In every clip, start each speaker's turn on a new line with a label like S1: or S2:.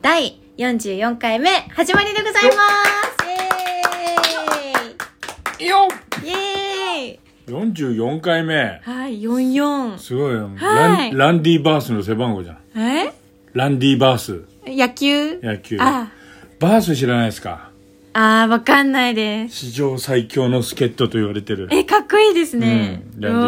S1: 第44回目始まりでございます
S2: よ
S1: イエーイイエーイ
S2: 44回目
S1: はい、44。
S2: すごいよ、
S1: はい
S2: ランランディバースの背番号じゃん
S1: え
S2: ランディバース
S1: 野球
S2: 野球
S1: あ
S2: バース知らないですか
S1: あー、わかんないです。
S2: 史上最強の助っ人と言われてる
S1: え、かっこいいです
S2: うん
S1: ね。
S2: ランディバ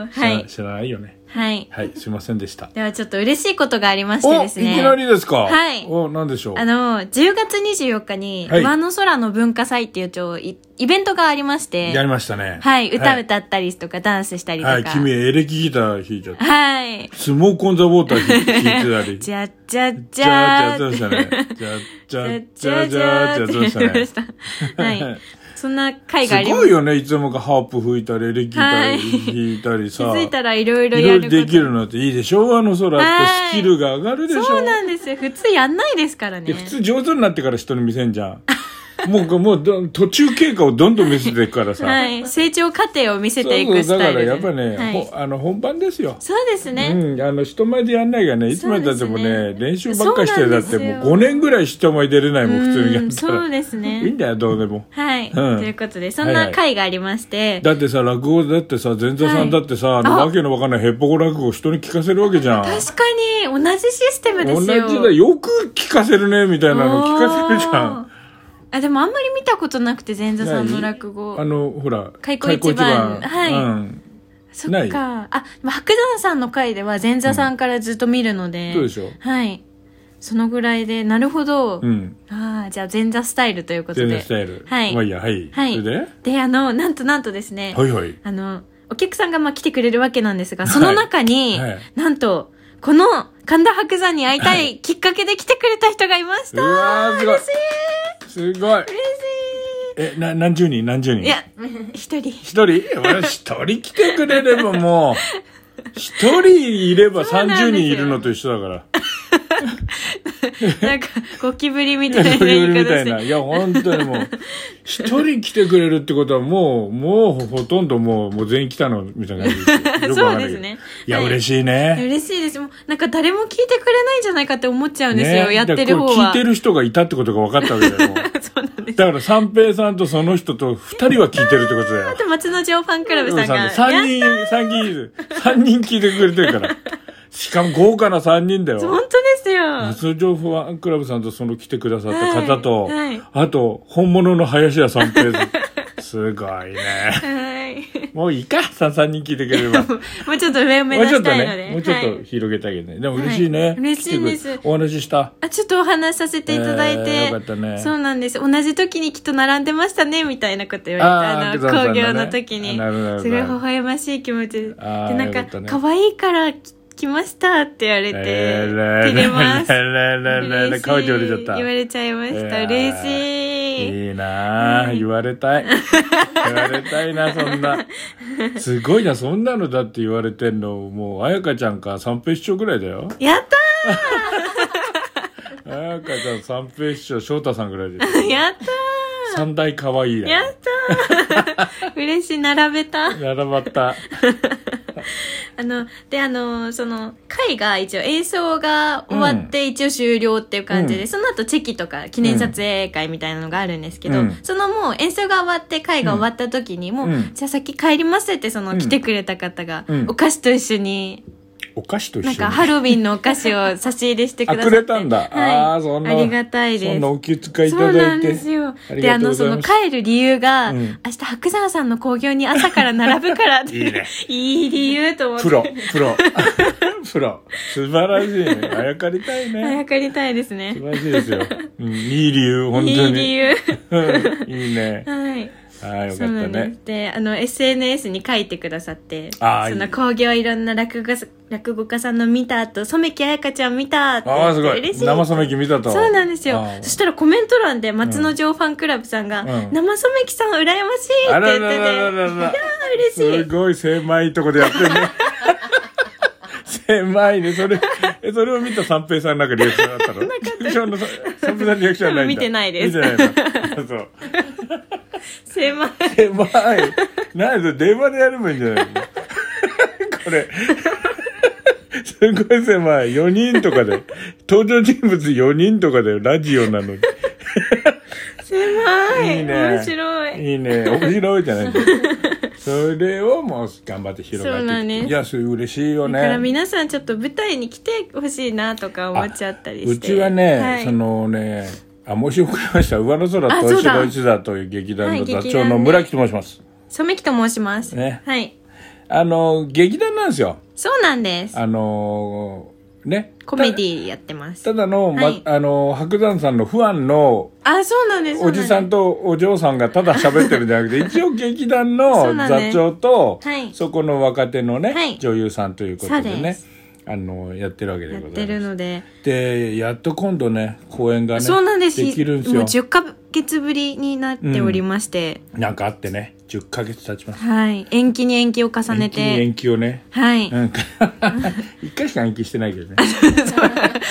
S1: お
S2: ー
S1: ー
S2: ス知ら,、
S1: はい。
S2: 知らないよね
S1: はい。
S2: はいすいませんでした
S1: ではちょっと嬉しいことがありまし
S2: お
S1: てで
S2: い
S1: す
S2: き
S1: ね。
S2: なりですか
S1: はい
S2: おなんでしょう
S1: あの、10月24日に、
S2: はい
S1: 馬の空の文化祭っていうちょいイベントがありまして、
S2: やりましたね
S1: はい、歌歌ったりとか、ダンスしたりとか。
S2: はい、君エレキギター弾いちゃった
S1: はい。
S2: スモークオンザウォーター弾いてたり
S1: じゃっじゃっじ
S2: じゃ
S1: ゃ
S2: あじゃあ
S1: ー
S2: じゃあじゃ
S1: じ
S2: あじゃ
S1: ゃ
S2: あ
S1: っじ
S2: じゃ
S1: ゃ
S2: あ
S1: ー
S2: じゃ
S1: って言っ
S2: あじゃあじゃあ
S1: てました。はい。そんな回があ
S2: す
S1: りま
S2: ご
S1: す
S2: い。よねいつもかハープ吹いたりエレキギタ
S1: はい
S2: ー弾いたり
S1: 気
S2: さ、
S1: づいたらいろいろ
S2: い
S1: や
S2: ろい
S1: るこ
S2: ろ
S1: と。
S2: できるのっていいでしょあの空
S1: は
S2: っ
S1: い
S2: てスキルが上がるでしょ
S1: そうなんですよ。普通やんないですから
S2: い
S1: ね。
S2: や普通上手になってから人に見せんじ ゃんもうもうど途中経過をどんどん見せていくからさ、
S1: はい。成長過程を見せ
S2: そう
S1: てい
S2: そう
S1: くス
S2: だ
S1: タ
S2: か
S1: イ
S2: ら
S1: ルで。
S2: やっぱね、
S1: はい
S2: ほあの本番ですよ、
S1: そうですね。
S2: うん、あの人前でやんないがねいつまでたっても
S1: そう
S2: ね
S1: ですね
S2: 練習ばっかりして
S1: そうな
S2: だ
S1: ん
S2: っ
S1: です
S2: て
S1: よ
S2: もう5年ぐらい人前出れないもん普通にや
S1: う
S2: っ
S1: ん
S2: たら
S1: そうですね。
S2: いいんだよどうでも
S1: はい、
S2: うん
S1: ということで、そんな会がありまして、
S2: だってさ落語だってさ前座さんだってさ、あの
S1: あ
S2: わけのわかんないヘッポコ落語を人に聞かせるわけじゃん
S1: 確かに同じシステムで
S2: 同
S1: す
S2: じ
S1: よ。
S2: だよく聞かせるねみたいなの聞かせるじゃ
S1: おー
S2: ん。
S1: あ、でもあんまり見たことなくて、前座さんの落語
S2: あ。のほら
S1: 開口一番
S2: 開口
S1: はい
S2: うん、
S1: そ
S2: な
S1: っ
S2: い
S1: か。あ、でも白山さんの会では前座さんからずっと見るので。
S2: そうでしょ
S1: はい。そのぐらいで、なるほど。
S2: うん
S1: ああ、じゃあ前座スタイルということ
S2: 全然
S1: で
S2: ス。タイル
S1: はい
S2: まあいいやはい、
S1: はい
S2: それで
S1: で、あの、なんとなんとですね、
S2: はいはい
S1: あの、お客さんがまあ来てくれるわけなんですが、その中に、
S2: はいはい
S1: なんと、この神田伯山に会いたいきっかけで来てくれた人がいまし
S2: う
S1: た。
S2: わー
S1: 嬉し
S2: すごい
S1: い
S2: すごい
S1: 嬉
S2: えな何十人何十人
S1: しいいや、一人。
S2: 一人俺一人来てくれれば もう一人いれば
S1: そうなん
S2: 30
S1: です
S2: 人
S1: よ
S2: いるのと一緒だから
S1: なんか、ゴキブリみ
S2: い
S1: た
S2: や
S1: いな
S2: そういう
S1: 言い
S2: み
S1: 方
S2: た
S1: し
S2: いな。
S1: て。
S2: いや、本当にも う、一人来てくれるってことはもう、もうほとんどもう、もう全員来たの、みたいな感じですよ。よくわかんないけ
S1: そうで
S2: ど
S1: すね
S2: いや、
S1: はい
S2: 嬉しいね。
S1: 嬉しいです。もう、なんか誰も聞いてくれないんじゃないかって思っちゃうんですよ、やってる方
S2: だからこれ聞
S1: は。
S2: いてる人がいたってことが分かったわけだよ。もう
S1: そうなんです。
S2: だから、三平さんとその人と二人は聞いてるってことだ
S1: あ
S2: よ。
S1: と、松之丞ファンクラブさんが。
S2: 三
S1: いや
S2: 人、三人いる、三人聞いてくれてるから。しかも豪華な三人だよ。
S1: 本当ですよ。
S2: 松上ファンクラブさんとその来てくださった方と、
S1: はいはい
S2: あと、本物の林家三平さん。 すごいね。
S1: はい。
S2: もういいか、さ三人聞いてくれれば。も
S1: もうちょっと 上を目
S2: う
S1: 指
S2: ちょっ
S1: し
S2: と
S1: たいので。
S2: ね、もうちょっ
S1: は
S2: と
S1: い
S2: 広げてあげてね。でも嬉しいね。
S1: はい嬉しいんです
S2: 来てくれお話しした。
S1: あ、ちょっとお話しさせていただいて。
S2: えーよかったね
S1: そうなんです。同じ時にきっと並んでましたね、みたいなこと言われて、
S2: あー
S1: あの、
S2: 白
S1: 工
S2: 山さんのね
S1: 業の時に。
S2: あなるほどなるほど
S1: すごい微笑ましい気持ちで。で、
S2: あー
S1: なん
S2: よ
S1: か
S2: かった、ね
S1: 可愛いからき来ましたって言われて、照れます。
S2: れれ、顔で言われちゃった。
S1: 言われちゃいました。
S2: えー
S1: 嬉しい。
S2: いいなあ、言わ れたい。言われたいな、そんな。すごいな、そんなのだって言われてんの、もう、彩香ちゃんか三平師匠ぐらいだよ。
S1: やった
S2: 彩香ちゃん、三平師匠、翔太さんぐらい です。
S1: ーやった
S2: 三大可愛
S1: ー
S2: い
S1: や
S2: や。
S1: ったー 嬉しい、並べた。
S2: 並ばった。
S1: あの、で、あの、その、会が一応演奏が終わって一応終了っていう感じで、
S2: うん
S1: その後チェキとか記念撮影会みたいなのがあるんですけど、
S2: うん
S1: そのもう演奏が終わって会が終わった時に、もう、
S2: うん
S1: じゃあ先帰りますってその
S2: うん
S1: 来てくれた方が、
S2: うん
S1: お菓子と一緒に、
S2: お菓子と一緒
S1: なん
S2: に。
S1: かハロウィンのお菓子を差し入れしてくださって。
S2: あくれたんだ
S1: はい。
S2: あーそんな
S1: ありがたいです。
S2: そんなお気遣いいた
S1: そうな
S2: だ
S1: ん
S2: い
S1: で
S2: て。
S1: すよ。
S2: あり
S1: で、あ
S2: がとう
S1: の、
S2: ござ
S1: そ
S2: い
S1: の
S2: ます
S1: 帰る理由が、
S2: うん
S1: 明日白山さんの興行に朝から並ぶからって。
S2: いいね
S1: いい理由と思って。
S2: プロ、プロ。 プロ。素晴らしいね。あやかりたい
S1: あ
S2: ね。
S1: やかりたいですね
S2: 素。晴らしいですよ。うん、いい理由、本当に。
S1: いい理由。
S2: うんいいね。
S1: はい。
S2: ああ、よか
S1: そ
S2: っ
S1: うな
S2: た
S1: んで
S2: ね
S1: す。。で、あの、SNS に書いてくださって、
S2: あー
S1: そ
S2: い
S1: の
S2: い
S1: 工業いろんな落語家さ落語家さんの見た後、染木彩香ちゃん見たって言って
S2: ああ、すごい。
S1: 嬉しい。
S2: 生染め機見たと。
S1: そうなんですよ
S2: あ。ー
S1: そしたらコメント欄で松之丞ファンクラブさんが、
S2: うん
S1: 生染木さん羨ましい
S2: あ
S1: って言っ
S2: ら
S1: てて、
S2: ららららら。
S1: いやー嬉
S2: す
S1: しい。
S2: ごい狭いとこでやってるね。狭いね。それ、え、それを見た三平さんなんかリアクションあったのリアクションの三三平さんのリアクションはな
S1: 多
S2: いんだ
S1: 分見てないです
S2: 見てないの。そう。
S1: 狭い。
S2: 狭い。なんで電話でやればいいんじゃないのこれ。すごい狭い。4人とかで、登場人物4人とかでラジオなのに。
S1: 狭い
S2: いいね
S1: 面白い
S2: いいね。面白いじゃな いですか。それをもう頑張って広がって
S1: そ
S2: いく。
S1: うだね
S2: いや、それ嬉しいよ
S1: だから
S2: ね。
S1: 皆さんちょっと舞台に来てほしいなとか思っちゃったり
S2: う
S1: して
S2: ちはね、
S1: はい、
S2: そのね、あ、申し遅れました。上野空
S1: あ
S2: と
S1: そう
S2: 一
S1: だ
S2: 郎一座という劇団の座
S1: はい劇
S2: 長
S1: 団ね
S2: の村木と申します。
S1: 染木と申します、
S2: ね
S1: はい
S2: あの、劇団なんですよ。
S1: そうなんです
S2: あの、ね。
S1: コメディやってます
S2: ただの、ま
S1: はい
S2: あの、白山さんの不安の
S1: あそうなんです
S2: おじさん
S1: と
S2: とお嬢さんがただ喋ってるんじゃ なくて、一応劇団
S1: そ
S2: の
S1: うなん
S2: 座
S1: です
S2: 長と、
S1: はい
S2: そこの若手のね、
S1: はい
S2: 女優さんということで
S1: そう
S2: ね
S1: で、
S2: あの、やってるわけ
S1: や
S2: で
S1: っ
S2: ござ
S1: て
S2: い
S1: る
S2: ます。
S1: ので
S2: で、やっと今度ね、公演がね、
S1: そうなんです
S2: できるんです
S1: もう
S2: よ。
S1: 10ヶ月ぶりになっておりまして、
S2: なんかあってね、10ヶ月経ちます。
S1: はい延期に延期を重ね
S2: 延期に
S1: て
S2: 延期をね、
S1: はい、
S2: うん 一回しか延期してな いけどね。
S1: 確か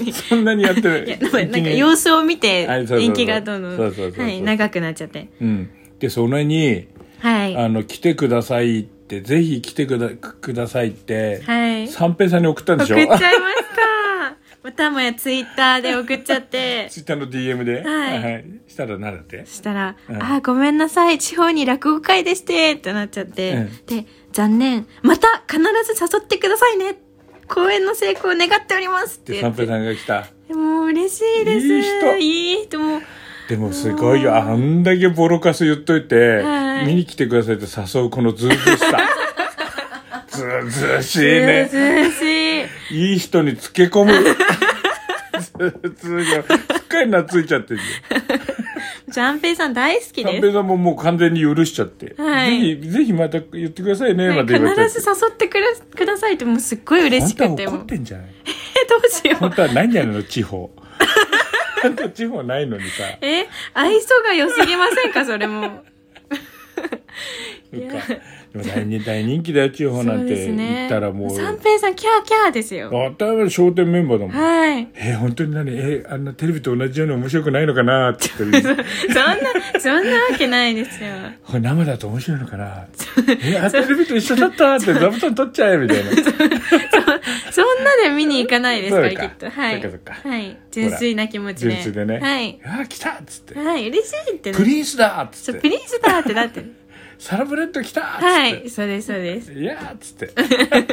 S1: に
S2: そんなにやってる
S1: いや。なん
S2: 延期
S1: か
S2: に
S1: 様子を見て
S2: はいそうそうそう
S1: 延期がどんどん
S2: そうそうそうそう
S1: はい長くなっちゃって
S2: うん。で、それに、
S1: はいは
S2: あの、来てくださいって、ぜひ来てくだ、くださいって、
S1: い送っ
S2: 三平さんに送ったんでし
S1: ち
S2: ょ
S1: ゃいましたまたもやツイッターで送っちゃって
S2: ツイッターの DM で、
S1: はい
S2: したらなんだって
S1: そしたら「
S2: う
S1: あ
S2: ん
S1: ーごめんなさい地方に落語会でして」ってなっちゃって、
S2: うん
S1: で「残念また必ず誘ってくださいね公演の成功を願っております」って
S2: で
S1: 言
S2: 三
S1: って
S2: 平さんが来た
S1: もう嬉しいです
S2: いい人
S1: いい人もう
S2: でもすごいよあんだけボロカス言っといて、
S1: はい
S2: 見に来てくださいって誘うこのずうずう しさずうずうしいね
S1: 嬉しい
S2: いい人につけ 込むずうずうしいすっかり懐いちゃってるよ
S1: ジャンペイさん大好き
S2: 三
S1: です
S2: 平さんももう完全に許しちゃって、
S1: はい
S2: ぜひぜひまた言ってくださいね
S1: は
S2: ま
S1: い
S2: で言われちゃっ
S1: 必
S2: て
S1: ず誘ってくれくださいってもうすっごい嬉しく
S2: あん
S1: て
S2: た
S1: も
S2: 怒
S1: う
S2: っ
S1: え
S2: てんじゃない
S1: どうしよ
S2: 本
S1: う
S2: 当はないんじゃないの地方本当は地方ないのにさ
S1: え愛想が良すぎませんかそれ も
S2: そっ
S1: いや
S2: かでも大人大人気だよ地方なんて行ったらもう
S1: 三平さんキャーキャーですよ
S2: 当たり商店メンバーだもん、
S1: はい
S2: えー本当に何えーあんなテレビと同じように面白くないのかなって言って る
S1: そんな、そんなわけないですよ。
S2: これ生だと面白いのかなえーあテレビと一緒だったって座布団取っちゃえみたいな
S1: そんなで見に行かないですから、
S2: そ
S1: き
S2: うか
S1: っと。はい。
S2: そうかそうか
S1: はい。純粋な気持ちで。
S2: 純粋でね
S1: はい。
S2: あー来たっつって
S1: はい、嬉しいって
S2: プ
S1: ね。
S2: リンスだっつ
S1: そう
S2: っ
S1: プ
S2: て
S1: リンスだってな って。
S2: サラブレッド来たっつって、
S1: はいい、、そうです、そうです。
S2: やーっつ ってよかったね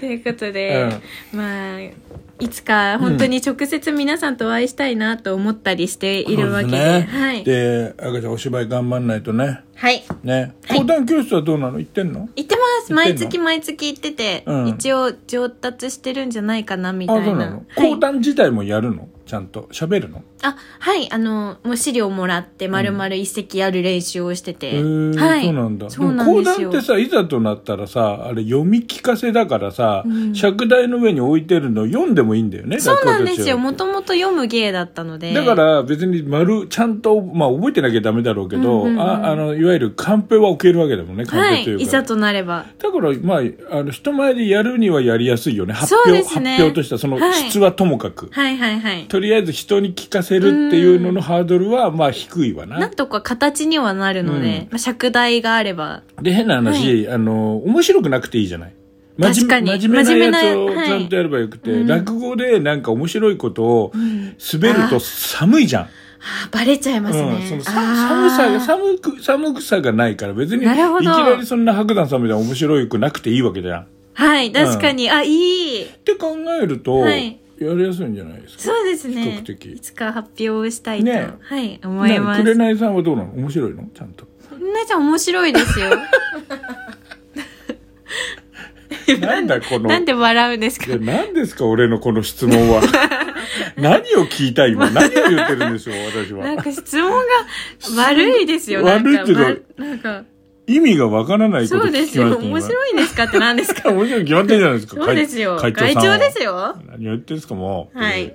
S1: ということで、まあ、いつか本当に直接皆さんとお会いしたいなと思ったりしているわけで。はい。
S2: で赤ちゃんお芝居頑張んないとね
S1: はい。
S2: ね講談教室はどうなの行ってんの
S1: 行ってます
S2: 行ってん
S1: 毎
S2: の
S1: 月毎月行ってて、
S2: うん
S1: 一応上達してるんじゃないかなみ
S2: あ
S1: た
S2: そ
S1: いうな
S2: なの
S1: はい
S2: 講談自体もやるのちゃんと喋るの
S1: あ、はい、あの、もう資料もらって、まるまる一席ある練習をしてて。
S2: へー
S1: はい。
S2: そうなんだ。
S1: そうなんです
S2: でも
S1: よ。
S2: 講談ってさ、いざとなったらさ、あれ読み聞かせだからさ、
S1: うん
S2: 尺台の上に置いてるの読んでもいいんだよね、
S1: そうなん
S2: 落語
S1: ですよ。
S2: 中
S1: もともと読む芸だったので。
S2: だから別に丸、ちゃんと、まあ覚えてなきゃダメだろうけど、
S1: うんうんうん
S2: ああの、いわゆるカンペは置けるわけだもんね、カ
S1: は
S2: ンペと
S1: い。
S2: いう
S1: い
S2: か。
S1: ざとなれば。
S2: だから、まあ、あの、人前でやるにはやりやすいよね。発
S1: そう
S2: 表、
S1: です
S2: 発
S1: ね
S2: 表とした、その
S1: はい
S2: 質はともかく。
S1: はいはいはい。
S2: とりあえず人に聞かせるっていうののハードルは、まあ低いわ
S1: なんとか形にはなるの
S2: うん
S1: で、まあ尺台があれば。
S2: で、変な話、あの、面白くなくていいじゃない。真
S1: 確かに
S2: 面目真面目なやつ
S1: 真面目な
S2: を
S1: はい
S2: ちゃんとやればよくて、
S1: うん
S2: 落語でなんか面白いことを
S1: うん
S2: 滑ると寒いじゃん。
S1: あーバレちゃいます
S2: うん、
S1: ね。
S2: そのさ
S1: あ
S2: 寒
S1: ー
S2: さが、寒く、寒くさがないから別に、いき
S1: なるほど
S2: なりそんな白山さんみたいな面白くなくていいわけじゃん。っ
S1: はい、確かに。あ、いい。
S2: て考えると、
S1: はい
S2: やりやすいんじゃないですか。
S1: そうです
S2: 比
S1: ね
S2: 較。的
S1: いつか発表をしたいと。
S2: ね
S1: はい、思います。
S2: くれないさんはどうなの面白いのちゃんと。
S1: なちゃん面白いですよ。
S2: なんだこ の。
S1: なんで笑うんですか
S2: いや、何ですか俺のこの質問 は。何を聞いた今。何を言ってるんでしょう私は。
S1: なんか質問が悪いですよ。
S2: 質問
S1: なんか
S2: 悪いって
S1: まなんか、
S2: 意味がわからないこ
S1: そ
S2: と
S1: うで
S2: 聞
S1: す
S2: きま
S1: よ。
S2: したね今
S1: 面白いんですかって何ですか
S2: 面白いに決まってるじゃないですか。
S1: そうですよ。
S2: 会
S1: 会
S2: 会
S1: 長
S2: 長さんは
S1: ですよ。
S2: 何を言ってんですか、もう。
S1: はい。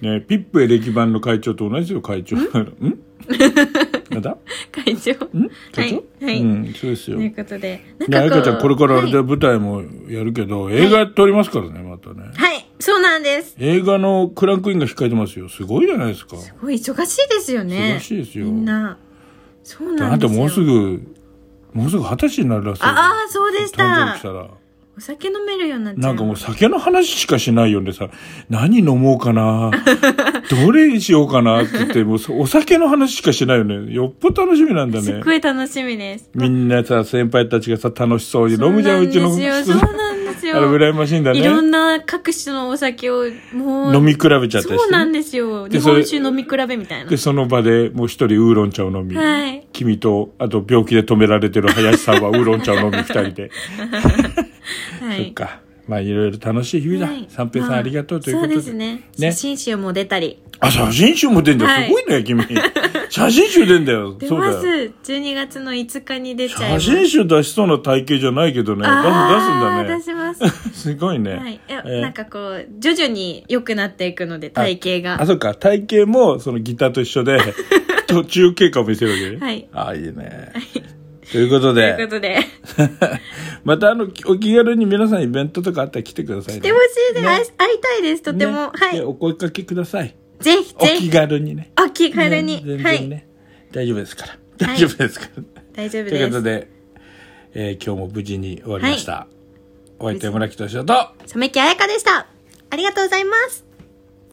S2: ねピップエレキ版の会長と同じですよ、会 長。んなんだ
S1: 会長。
S2: ん会長
S1: はいはい
S2: うん、そうですよ。
S1: とい
S2: ね
S1: うことで。なん
S2: あ
S1: か
S2: や
S1: こう
S2: かちゃん、これからあれ
S1: は
S2: で舞台もやるけど、映画撮りますからね、またね。
S1: い。はいそうなんです。
S2: 映画のクランクインが控えてますよ。すごいじゃないですか。
S1: すごい忙しいですよね。
S2: 忙しいですよ
S1: みんな。そう
S2: あ
S1: なん
S2: な
S1: です
S2: た
S1: よ。
S2: もうすぐ、もうすぐ二十歳になるらしいよ。
S1: ああー、そうでし
S2: 誕生日
S1: た
S2: し。たら。
S1: お酒飲めるようになっちゃう。
S2: なんかもう酒の話しかしないよねさ、何飲もう かな、どれにしようかなって言って、もうお酒の話しかしないよね。よっぽど楽しみなんだ
S1: す
S2: ね
S1: っ。ごい楽しみです。
S2: みんなさ、先輩たちがさ、楽しそうに飲むじゃん、うち
S1: そう
S2: の
S1: なんですよ。そうなんです
S2: あれ
S1: よ。
S2: 羨ましいんだね。
S1: いろんな各種のお酒を、もう。
S2: 飲み比べちゃったり
S1: そう
S2: し
S1: なん
S2: て。
S1: ですよ。
S2: で
S1: 日
S2: それ
S1: 本酒飲み比べみたいな
S2: で、。その場でもう一人ウーロン茶を飲み。
S1: はい。
S2: 君と、あと病気で止められてる林さんはウーロン茶を飲み二人で。
S1: は
S2: そっ
S1: い。
S2: か。まあいろいろ楽しい日々だ。三平さんありがとうということで。
S1: そうですね。写
S2: ね
S1: 真集も出たり。
S2: あ、写真集も出んだよ。
S1: はい
S2: すごい ね、君。写真集出んだよ。
S1: 出
S2: そうだ
S1: ま
S2: よ
S1: す。。12月の5日に出ちゃいま
S2: 写
S1: す。
S2: 真集出しそうな体型じゃないけどね。出す、出すん
S1: あー
S2: だね
S1: 出。し ます。
S2: すごいね。
S1: はい。え
S2: えー
S1: なんかこう、徐々に良くなっていくので、体型
S2: あ、
S1: が。
S2: そっか。体型も、そのギターと一 緒で、途中経過を見せるわけね。
S1: はい
S2: あ、いいね。ということ
S1: というこ
S2: で、
S1: とで、
S2: またあの、お気軽に皆さんイベントとかあったら来てくださいね。
S1: 来てほしいです。会い会いたいです。とても。
S2: ね
S1: はい
S2: で。お声かけください。
S1: ぜひ
S2: お
S1: ぜ
S2: 気
S1: ひ。
S2: 軽にね。
S1: お気軽に。
S2: ね全
S1: は
S2: 然
S1: い。
S2: ね。大丈夫ですから。大丈夫ですから。
S1: 大丈夫
S2: という
S1: で
S2: こと
S1: す。
S2: で、えー今日も無事に終わりました。お相手は村木敏夫と、
S1: 染木彩香でした。ありがとうございます。